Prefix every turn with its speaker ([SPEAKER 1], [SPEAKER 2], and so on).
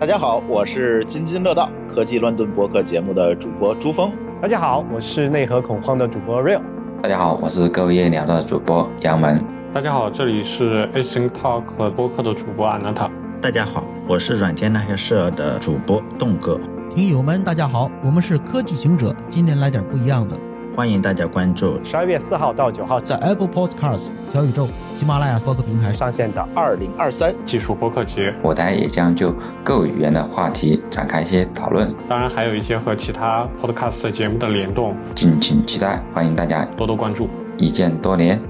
[SPEAKER 1] 大家好，我是津津乐道科技乱炖播客节目的主播朱峰。
[SPEAKER 2] 大家好，我是内核恐慌的主播 Real。
[SPEAKER 3] 大家好，我是各位夜聊的主播杨文。
[SPEAKER 4] 大家好，这里是 Async Talk 播客的主播安娜塔。
[SPEAKER 5] 大家好，我是软件那些事儿的主播栋哥。
[SPEAKER 6] 听友们，大家好，我们是科技行者，今天来点不一样的。
[SPEAKER 5] 欢迎大家关注
[SPEAKER 2] 十二月四号到九号
[SPEAKER 6] 在 Apple Podcast、小宇宙、喜马拉雅播客平台上
[SPEAKER 2] 上线的
[SPEAKER 1] 二零二三
[SPEAKER 4] 技术播客节，
[SPEAKER 3] 我台也将就各语言的话题展开一些讨论，
[SPEAKER 4] 当然还有一些和其他 Podcast 节目的联动，
[SPEAKER 3] 敬请期待，欢迎大家
[SPEAKER 4] 多多关注。
[SPEAKER 3] 一键多连。